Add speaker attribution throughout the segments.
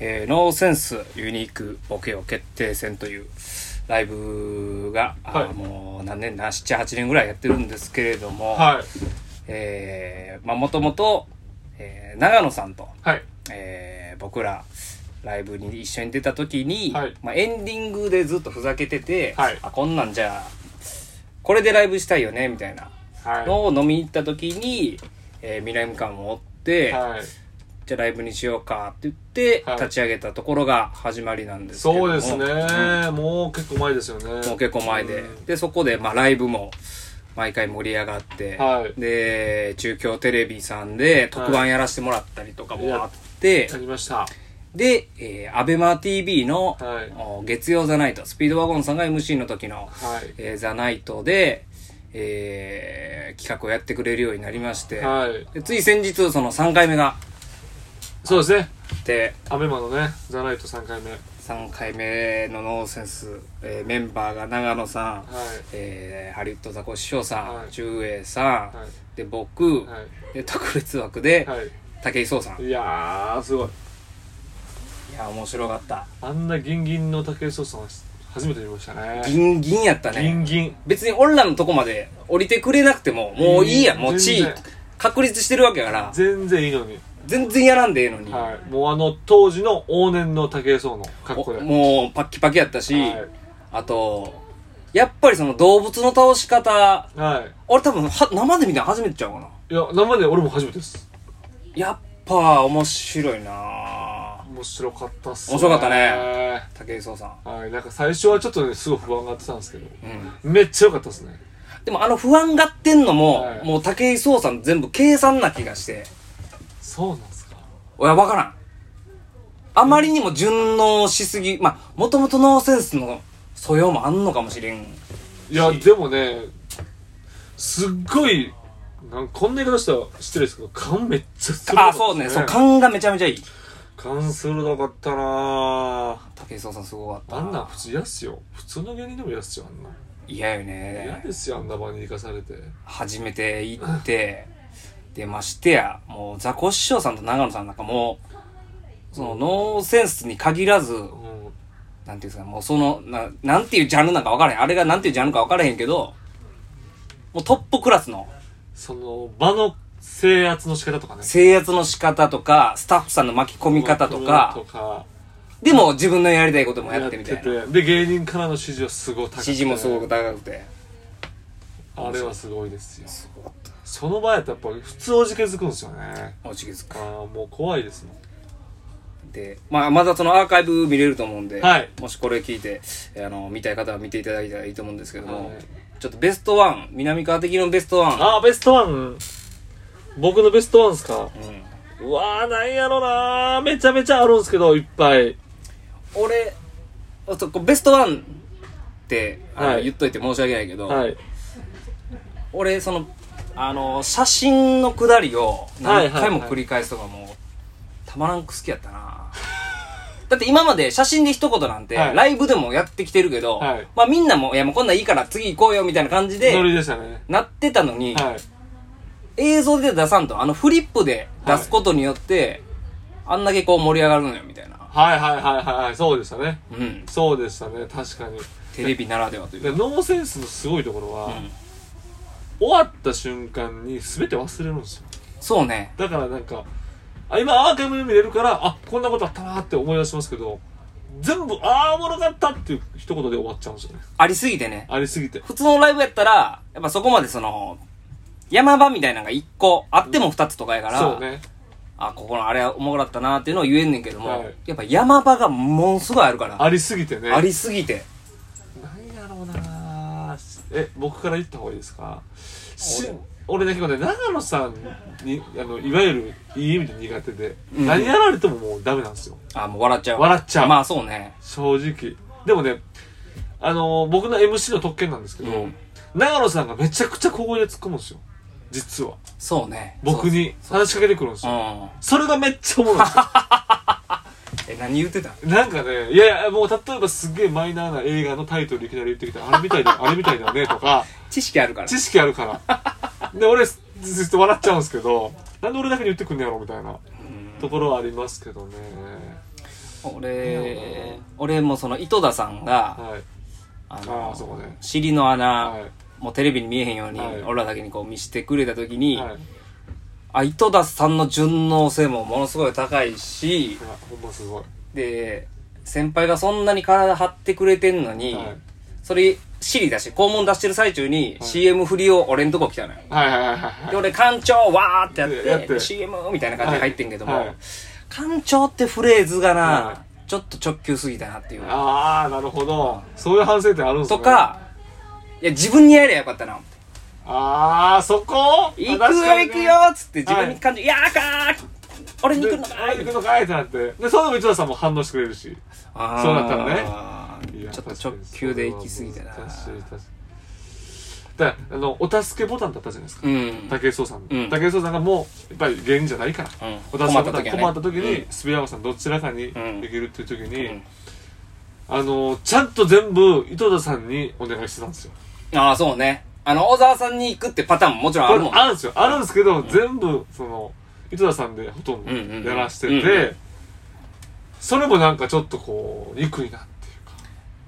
Speaker 1: えーノーセンスユニークボケを決定戦というライブが、あ
Speaker 2: はい
Speaker 1: もう何年な78年ぐらいやってるんですけれども、
Speaker 2: はい。
Speaker 1: えーまあもともと、えー長野さんと、
Speaker 2: はい。
Speaker 1: えー僕らライブに一緒に出た時に、
Speaker 2: はい
Speaker 1: まあ、エンディングでずっとふざけてて、
Speaker 2: はい
Speaker 1: あこんなんじゃこれでライブしたいよねみたいな
Speaker 2: は
Speaker 1: のを飲みに行った時に、えー、ミライム館を追って、
Speaker 2: い。はい。
Speaker 1: じゃあライブにしようかって言って、
Speaker 2: はい
Speaker 1: 立ち上げたところが始まりなんですけども
Speaker 2: そうですね。もう結構前ですよね。
Speaker 1: もう結構前で、
Speaker 2: うん
Speaker 1: でそこでまあライブも毎回盛り上がって、
Speaker 2: はい
Speaker 1: で中京テレビさんで特番やらせてもらったりとかもあって、
Speaker 2: やりました。
Speaker 1: で、えー、アベマ TV の、
Speaker 2: はい
Speaker 1: お月曜ザナイト、スピードワゴンさんが MC の時の、
Speaker 2: はい
Speaker 1: えーザナイトで、えー企画をやってくれるようになりまして、
Speaker 2: はい。
Speaker 1: でつい先日、その3回目が
Speaker 2: そうですね。
Speaker 1: あって、
Speaker 2: アベマのね、ザナイト3回目。はい。
Speaker 1: 3回目のノーセンス、えーメンバーが長野さん、えーハリウッドザコシショウさん、
Speaker 2: はい
Speaker 1: 中英さん、
Speaker 2: は
Speaker 1: で、僕、
Speaker 2: は
Speaker 1: で特別枠で、
Speaker 2: い。はい。
Speaker 1: 武井壮さん。い
Speaker 2: いやー、すごい。
Speaker 1: や、面白かった。
Speaker 2: あんなギンギンの武井壮さんは初めて見ましたね。
Speaker 1: ギンギンやったね。
Speaker 2: ギンギン。
Speaker 1: 別に俺らのとこまで降りてくれなくても、もういいやん、もう地位
Speaker 2: 全然
Speaker 1: 確立してるわけやから、
Speaker 2: 全然いいのに。
Speaker 1: 全然やらんでええのに、
Speaker 2: はい。もうあの、当時の往年の武井壮の格好で。
Speaker 1: おもうパッキパキやったし、
Speaker 2: は
Speaker 1: あと、やっぱりその動物の倒し方、
Speaker 2: い。はい。
Speaker 1: 俺多分は生で見たの初めてちゃうかな。
Speaker 2: いや、生で俺も初めてです。
Speaker 1: やっぱ面白いなぁ
Speaker 2: 面白かったっす、
Speaker 1: 面白かったね。武井壮さん。
Speaker 2: はい。なんか最初はちょっとね、すごい不安がってたんですけど。
Speaker 1: うん。
Speaker 2: めっちゃ良かったですね。
Speaker 1: でもあの不安がってんのも、
Speaker 2: はい
Speaker 1: もう武井壮さん全部計算な気がして、
Speaker 2: そうなんですか。
Speaker 1: いや、わからん。あまりにも順応しすぎ、まあ、もともとノーセンスの素養もあんのかもしれん。
Speaker 2: いや、でもね、すっごい、なんこんな言い方したら失礼ですけど、勘めっちゃ鋭か
Speaker 1: あ、
Speaker 2: ったです
Speaker 1: そうね、そう、勘がめちゃめちゃいい。
Speaker 2: 勘鋭かったなぁ。
Speaker 1: 武井壮さんすごかった。
Speaker 2: あんなん普通嫌っすよ。普通の芸人でも嫌っすよ、あんな。
Speaker 1: 嫌よ
Speaker 2: 嫌
Speaker 1: ね。
Speaker 2: ですよ、あんな場に行かされて。
Speaker 1: 初めて行って、で、ましてや、もう、ザコシショウさんと長野さんなんかもう、その、ノーセンスに限らず、
Speaker 2: う
Speaker 1: な
Speaker 2: ん。
Speaker 1: んていうんですか、もうその、ななんていうジャンルなんか分からへん。あれがなんていうジャンルか分からへんけど、もうトップクラスの、
Speaker 2: その、場の制圧の仕方とかね。
Speaker 1: 制圧の仕方とか、スタッフさんの巻き込み方とか
Speaker 2: と、か。
Speaker 1: でも自分のやりたいこともやってみたいな。
Speaker 2: やっててで芸人からの支持はすごい高くて
Speaker 1: 指示もすごく高くて。
Speaker 2: あれはすごいですよ
Speaker 1: すごかった。
Speaker 2: その場合やったらやっぱり普通おじけづくんですよね
Speaker 1: おちぎつ
Speaker 2: あ
Speaker 1: か。
Speaker 2: あもう怖いですもん
Speaker 1: で、まあ、まだそのアーカイブ見れると思うんで、
Speaker 2: はい
Speaker 1: もしこれ聞いて、えーあの、見たい方は見ていただいたらいいと思うんですけども、
Speaker 2: はい
Speaker 1: ちょっとベストワン、南川的のベストワン、
Speaker 2: ああベストワン僕のベストワンですか
Speaker 1: うん
Speaker 2: うわーなんやろなーめちゃめちゃあるんですけどいっぱい
Speaker 1: 俺、あとこうベストワンって、あの
Speaker 2: はい
Speaker 1: 言っといて申し訳ないけど、
Speaker 2: はい
Speaker 1: 俺そのあの写真のくだりを何回も繰り返すとかもうたまらんく好きやった なだって今まで写真で一言なんて
Speaker 2: はい
Speaker 1: ライブでもやってきてるけど、
Speaker 2: はい
Speaker 1: まあみんなも「いやもうこんなんいいから次行こうよ」みたいな感じ
Speaker 2: ノリ
Speaker 1: で
Speaker 2: でしたね
Speaker 1: なってたのに、
Speaker 2: はい
Speaker 1: 映像で出さんとあのフリップで出すことによって、あんだけこう盛り上がるのよみたいな
Speaker 2: はいはいはいはいはいそうでしたね
Speaker 1: うん
Speaker 2: そうでしたね確かに
Speaker 1: テレビならではというか
Speaker 2: でノーセンスのすごいところは、
Speaker 1: うん
Speaker 2: 終わった瞬間に全て忘れるんですよ
Speaker 1: そうね
Speaker 2: だからなんか、あ今アーカイブで見れるから、あ、こんなことあったなって思い出しますけど、全部、ああ、おもろかったっていう一言で終わっちゃうんですよね。
Speaker 1: ありすぎてね
Speaker 2: ありすぎて。
Speaker 1: 普通のライブやったら、やっぱそこまでその、山場みたいなのが1個、あっても2つとかやから、
Speaker 2: そうね。
Speaker 1: あ、ここのあれはおもろかったなっていうのを言えんねんけども、
Speaker 2: はい
Speaker 1: やっぱ山場がものすごいあるから、
Speaker 2: ありすぎてね。
Speaker 1: ありすぎて。
Speaker 2: なんやろうなーえ、僕から言った方がいいですかし俺ね、結構ね、長野さんに、あの、いわゆる、いい意味で苦手で、
Speaker 1: うん
Speaker 2: 何やられてももうダメなんですよ。
Speaker 1: あ、もう笑っちゃう。
Speaker 2: 笑っちゃう
Speaker 1: まあそうね。
Speaker 2: 正直。でもね、あのー僕の MC の特権なんですけど、
Speaker 1: うん
Speaker 2: 長野さんがめちゃくちゃ小声で突っ込むんですよ。実は。
Speaker 1: そうね。
Speaker 2: 僕に話しかけてくるんです
Speaker 1: そう。う
Speaker 2: よ。
Speaker 1: ん。
Speaker 2: それがめっちゃおもろ いんですよ。
Speaker 1: え、何言ってた
Speaker 2: なんかね、いやいや、もう例えばすっげえマイナーな映画のタイトルいきなり言ってきて、あれみた いだ、あれみたいだね、とか、
Speaker 1: 知識あるから。
Speaker 2: 知識あ るから。で、俺、ずずっと笑っちゃうんですけど、なんで俺だけに言ってくんねやろ、みたいなところはありますけどね。
Speaker 1: 俺、俺もその井戸田さんが、
Speaker 2: はい
Speaker 1: あ
Speaker 2: あ
Speaker 1: の
Speaker 2: あそこね
Speaker 1: 尻の穴、
Speaker 2: は
Speaker 1: もうテレビに見えへんように、
Speaker 2: はい
Speaker 1: 俺らだけにこう見してくれた時に、
Speaker 2: いはい
Speaker 1: あ井戸田さんの順応性もものすごい高いし
Speaker 2: いやほんますごい
Speaker 1: で先輩がそんなに体張ってくれてんのに、
Speaker 2: はい
Speaker 1: それ尻出して肛門出してる最中に、
Speaker 2: はい
Speaker 1: CM 振りを俺んとこ来たのよ
Speaker 2: はいはいはい
Speaker 1: で
Speaker 2: はい
Speaker 1: 俺館長わーってやっ
Speaker 2: やってて
Speaker 1: CM みたいな感じで入ってんけども、
Speaker 2: はいはい
Speaker 1: 館長ってフレーズがな、
Speaker 2: は
Speaker 1: ちょっと直球すぎたなっていう
Speaker 2: ああなるほどそういう反省点あるんですね
Speaker 1: とかいや自分にやればよかったな
Speaker 2: ああそこ
Speaker 1: 行
Speaker 2: あ
Speaker 1: くよ
Speaker 2: 確かに
Speaker 1: 行
Speaker 2: ね
Speaker 1: くよっつって自分に感じ、い、やーかー俺に行くのか
Speaker 2: であ
Speaker 1: ー
Speaker 2: 行くのかいってなってでその内田さんも反応してくれるし
Speaker 1: あー
Speaker 2: そうだったのねいや
Speaker 1: ちょっと
Speaker 2: 確か
Speaker 1: 直
Speaker 2: に
Speaker 1: 球で行き過ぎたな
Speaker 2: それは難しい確かにだからあのお助けボタンだったじゃないですか
Speaker 1: うん、うん、
Speaker 2: 武井壮さんの、
Speaker 1: うん
Speaker 2: 武井壮さんがもうやっぱり芸人じゃないから、お助
Speaker 1: 困っ
Speaker 2: けボ
Speaker 1: た
Speaker 2: タン
Speaker 1: 時はね
Speaker 2: 困った時にスピアワさんどちらかにで
Speaker 1: うん
Speaker 2: きるっていう時に、
Speaker 1: うん
Speaker 2: あのちゃんと全部井戸田さんにお願いしてたんですよ
Speaker 1: ああそうねあの小沢さんに行くってパターンももちろんあ
Speaker 2: あ
Speaker 1: る
Speaker 2: る
Speaker 1: もん
Speaker 2: あるんですよあるんですけど、全部その井戸田さんでほとん
Speaker 1: うんうんうん
Speaker 2: どやらしてて、
Speaker 1: うんうん
Speaker 2: それもなんかちょっとこう憎いなっていうか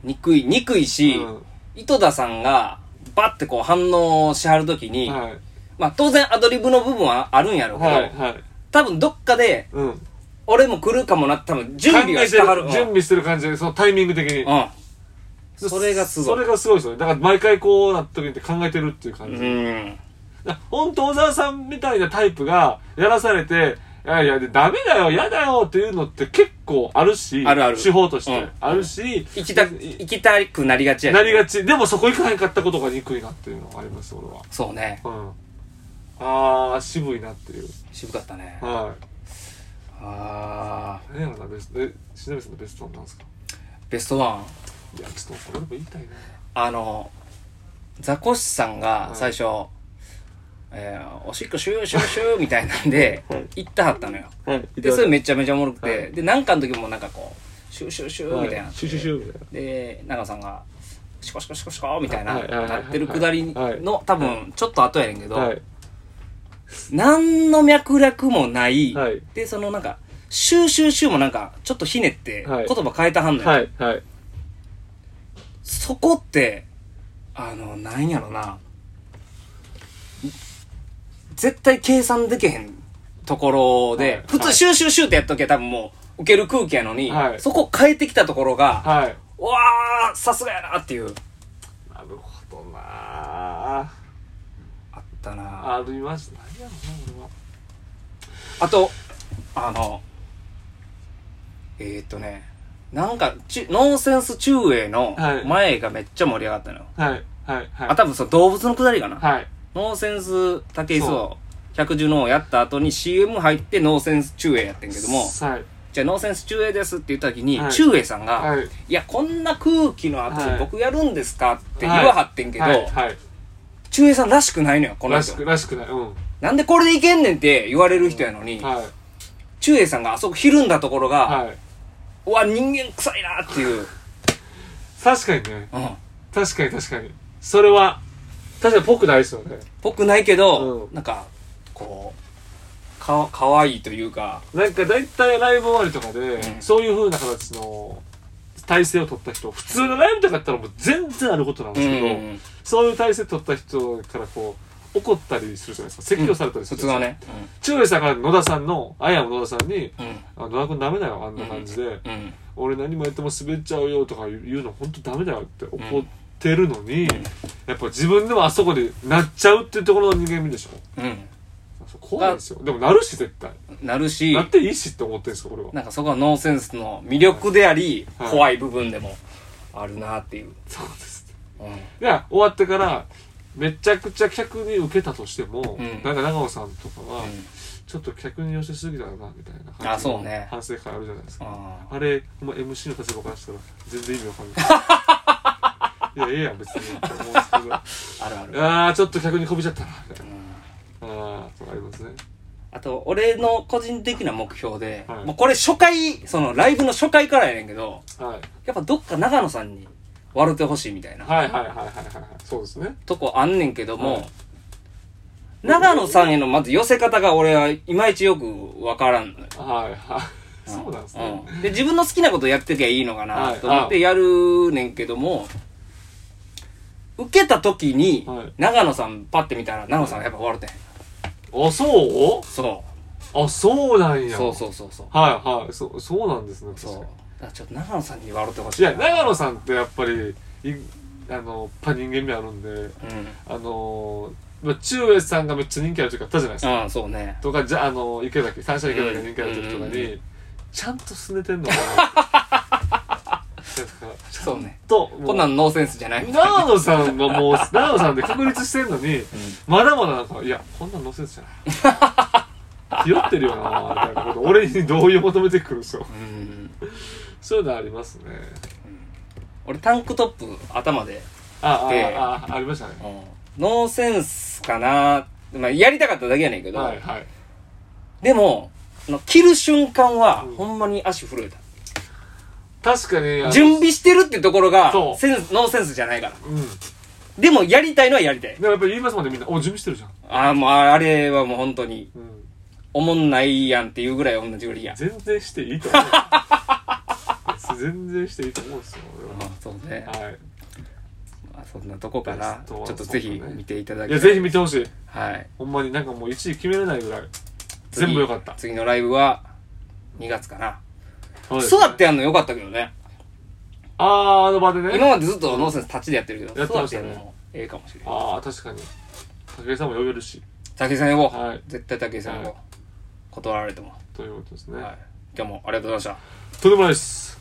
Speaker 1: 憎い憎いし、
Speaker 2: うん
Speaker 1: 井戸田さんがバッてこう反応しはる時に、
Speaker 2: はい
Speaker 1: まあ当然アドリブの部分はあるんやろうけど、
Speaker 2: はいはい
Speaker 1: 多分どっかで
Speaker 2: うん
Speaker 1: 俺も来るかもな多分準備はしてはる
Speaker 2: 考えて準備してる感じでそのタイミング的に
Speaker 1: うん、うん、それがすご
Speaker 2: そ
Speaker 1: い
Speaker 2: れがすごいですよねだから毎回こうなった時って考えてるっていう感じ、
Speaker 1: うん
Speaker 2: だから本当小沢さんみたいなタイプがやらされていやいやでダメだよ嫌だよっていうのって結構あるし
Speaker 1: あるある
Speaker 2: 手法として、
Speaker 1: うん
Speaker 2: あるし
Speaker 1: 行きたく行きたくなりがちやけど
Speaker 2: なりがちでもそこ行かへんかったことが憎いなっていうのがあります俺は
Speaker 1: そうね
Speaker 2: うんあー渋いなっていう
Speaker 1: 渋かったね
Speaker 2: はい
Speaker 1: ああ
Speaker 2: 何やろなベストえしなみさんのベストワンなんですか
Speaker 1: ベストワン
Speaker 2: いやちょっとこれでも言いたいな
Speaker 1: あのザコシさんが
Speaker 2: はい
Speaker 1: 最初、えーおしっこシューシューシューみたいなんで、
Speaker 2: はい
Speaker 1: 行ったはったのよ
Speaker 2: はい
Speaker 1: でそれめちゃめちゃおもろくて、
Speaker 2: はい
Speaker 1: でなんかの時もなんかこうシューシューシューみたいな、
Speaker 2: シュシュシュみたいな
Speaker 1: で長野さんがシコシコシコシコみたいな、
Speaker 2: はいはいはいはい
Speaker 1: なってるくだり
Speaker 2: はい
Speaker 1: の多分ちょっと後やねんけど、
Speaker 2: はい。
Speaker 1: 何の脈絡もない、
Speaker 2: はい
Speaker 1: でそのなんかシューシューシューもなんかちょっとひねって
Speaker 2: は
Speaker 1: 言
Speaker 2: い
Speaker 1: 葉変えたはんのよ、
Speaker 2: はい。はい。
Speaker 1: そこってあのなんやろな絶対計算できへんところで、
Speaker 2: はい
Speaker 1: 普
Speaker 2: は
Speaker 1: 通
Speaker 2: い
Speaker 1: シューシューシューってやっときゃ多分もう受ける空気やのに、
Speaker 2: はい
Speaker 1: そこ変えてきたところが、
Speaker 2: はい。
Speaker 1: うわーさすがやなっていう
Speaker 2: なるほどなぁ。
Speaker 1: あったなあ
Speaker 2: ありました。何やろな、
Speaker 1: とあのえー、っとねなんかちノンセンス中英の
Speaker 2: はい
Speaker 1: 前がめっちゃ盛り上がったのよ、
Speaker 2: 俺は。はい。はい。はい。
Speaker 1: あ多分その動物のくだりかな、
Speaker 2: はい。
Speaker 1: ノーセンス武井壮百獣の王やった後に CM 入ってノーセンス中英やってんけども
Speaker 2: はい。
Speaker 1: じゃあノーセンス中英ですって言った時に、
Speaker 2: はい
Speaker 1: 中英さんが、
Speaker 2: はい
Speaker 1: い、やこんな空気の圧
Speaker 2: はい
Speaker 1: 僕やるんですかって言わはってんけど、
Speaker 2: はい。はい。
Speaker 1: 中英さんらしくないのよこの
Speaker 2: らし
Speaker 1: 人
Speaker 2: く、らしくない。うん。
Speaker 1: なんでこれでいけんねんって言われる人やのに、
Speaker 2: はい。
Speaker 1: 中英さんがあそこひるんだところが、
Speaker 2: はい。
Speaker 1: うわ人間臭いなっていう、
Speaker 2: 確かにね。
Speaker 1: うん、
Speaker 2: 確かに確かに。それは、確かにぽくないですよね。
Speaker 1: 僕ないけど、
Speaker 2: うん
Speaker 1: なんかこうかかわいいというか
Speaker 2: なんか大体ライブ終わりとかで、
Speaker 1: うん
Speaker 2: そういう風な形の体勢を取った人、普通のライブとかだったらもう全然あることなんですけど、
Speaker 1: うん
Speaker 2: そういう体勢取った人からこう、怒ったりするじゃないですか。説教されたりす
Speaker 1: 普
Speaker 2: る
Speaker 1: 通
Speaker 2: じゃな
Speaker 1: はい
Speaker 2: ですか
Speaker 1: ね
Speaker 2: 中英さんから野田さんの、あやも野田さんに、
Speaker 1: うん
Speaker 2: あ野田君ダメだよ、あんな感じで。
Speaker 1: うんうん
Speaker 2: 俺何もやっても滑っちゃうよとか言うの本当ダメだよって怒ってるのに、やっぱ自分でもあそこでなっちゃうっていうところの人間味でしょ。
Speaker 1: うん
Speaker 2: 怖いですよ。でもなるし絶対。
Speaker 1: なるし
Speaker 2: なっていいしって思ってるんですよ、俺は。
Speaker 1: なんかそこはノーセンスの魅力であり、
Speaker 2: はい
Speaker 1: 怖い部分でもあるなっていう、
Speaker 2: そうです。
Speaker 1: う
Speaker 2: いや、終わってから、めちゃくちゃ客に受けたとしても、
Speaker 1: うん
Speaker 2: なんか長尾さんとかは、
Speaker 1: うん
Speaker 2: ちょっと客に寄せすぎだな、みたいな感じの
Speaker 1: あそうね
Speaker 2: 反省会あるじゃないですか。
Speaker 1: あ
Speaker 2: あれ、お前 MC の立場からしたら全然意味わかん ない。いや、ええやん、別に。って思うんです
Speaker 1: あるあ
Speaker 2: け
Speaker 1: る
Speaker 2: ど。ああ、ちょっと客にこびちゃったな、みたいな。ああ、そうありますね。
Speaker 1: あと俺の個人的な目標で、
Speaker 2: はい
Speaker 1: もうこれ初回そのライブの初回からやねんけど
Speaker 2: はい。
Speaker 1: やっぱどっか長野さんに笑ってほしいみたいな
Speaker 2: はいはいはいはいはいはい。そうですね。
Speaker 1: とこあんねんけども、
Speaker 2: はい
Speaker 1: 長野さんへのまず寄せ方が俺はいまいちよくわからんのよ
Speaker 2: はいはい。そうなんですね。
Speaker 1: うんで自分の好きなことやってきゃいいのかなと思っ
Speaker 2: は
Speaker 1: てやるねんけども、受けた時に、
Speaker 2: はい
Speaker 1: 長野さんパッて見たら長野さんやっぱ笑ってん
Speaker 2: あ、そ
Speaker 1: そう
Speaker 2: あ、そうなん
Speaker 1: う
Speaker 2: や。
Speaker 1: そうそうそうそう
Speaker 2: はいはい。そう、そうなんですね。
Speaker 1: そう
Speaker 2: 確か
Speaker 1: だからちょっと長野さんに笑ってほしい
Speaker 2: にい
Speaker 1: な
Speaker 2: や、長野さんってやっぱり、いあの、パ人間味あるんで、
Speaker 1: う
Speaker 2: あの、まあ中越さんがめっちゃ人気ある時あったじゃないですか。
Speaker 1: んうんそうね
Speaker 2: とか、じゃあ、あの、池崎、三者池崎が人気ある時とか
Speaker 1: うんうんうん
Speaker 2: に、ちゃんとすねてんのかな。 なんかちゃん
Speaker 1: そうね
Speaker 2: と、
Speaker 1: こんなんノーセンスじゃないみたいな
Speaker 2: 長野さんがもう、長野さんで確立してんのに、まだまだなんか、いや、こんなん乗せてじ ゃない。ひよってるよな、みたいなこと、俺に同意を求めてくるんですよ。
Speaker 1: うん
Speaker 2: そういうのありますね。
Speaker 1: 俺タンクトップ頭で、
Speaker 2: あ、あ、
Speaker 1: で
Speaker 2: あ、あありましたね。
Speaker 1: ノーセンスかな、まあ、やりたかっただけやねんけど、
Speaker 2: はい、はい。
Speaker 1: でもあの切る瞬間は、
Speaker 2: うん
Speaker 1: ほんまに足震えた
Speaker 2: 確かに、あの
Speaker 1: 準備してるってところが
Speaker 2: そう
Speaker 1: センスノーセンスじゃないから
Speaker 2: うん。
Speaker 1: でもやりたいのはやりたい
Speaker 2: でもやっぱり言いますもんね、みんな。お、準備してるじゃん。
Speaker 1: ああもうあれはもう本当に
Speaker 2: うん。
Speaker 1: おもんないやんっていうぐらい同じぐらいや
Speaker 2: 全然していいと思う。 全然していいと思うんですよ、
Speaker 1: あそうね
Speaker 2: 俺は。はい。
Speaker 1: まあそんなとこかな
Speaker 2: ベス
Speaker 1: ち
Speaker 2: ト
Speaker 1: ょ
Speaker 2: は
Speaker 1: っとぜひ
Speaker 2: そうだね
Speaker 1: 見ていただ
Speaker 2: い
Speaker 1: き
Speaker 2: や、
Speaker 1: たい
Speaker 2: ぜひ見てほしい。
Speaker 1: はい
Speaker 2: ほんまになんかもう1位決めれないぐらい。全部良かった。
Speaker 1: 次のライブは2月かな
Speaker 2: そうです
Speaker 1: 座
Speaker 2: ね
Speaker 1: ってやるのよかったけどね
Speaker 2: あー、あの場でね。
Speaker 1: 今までずっとノーセンス立ちでやってるけど
Speaker 2: やって
Speaker 1: 座
Speaker 2: ま
Speaker 1: っ
Speaker 2: してた
Speaker 1: や
Speaker 2: ね
Speaker 1: るのもええかもしれない
Speaker 2: ああ確かに武井さんも呼べるし
Speaker 1: 武井さん呼ぼう
Speaker 2: はい
Speaker 1: 絶対武井さん呼ぼう
Speaker 2: は
Speaker 1: 断られても
Speaker 2: ということですね、
Speaker 1: はい今日もありがとうございました
Speaker 2: とんでもないです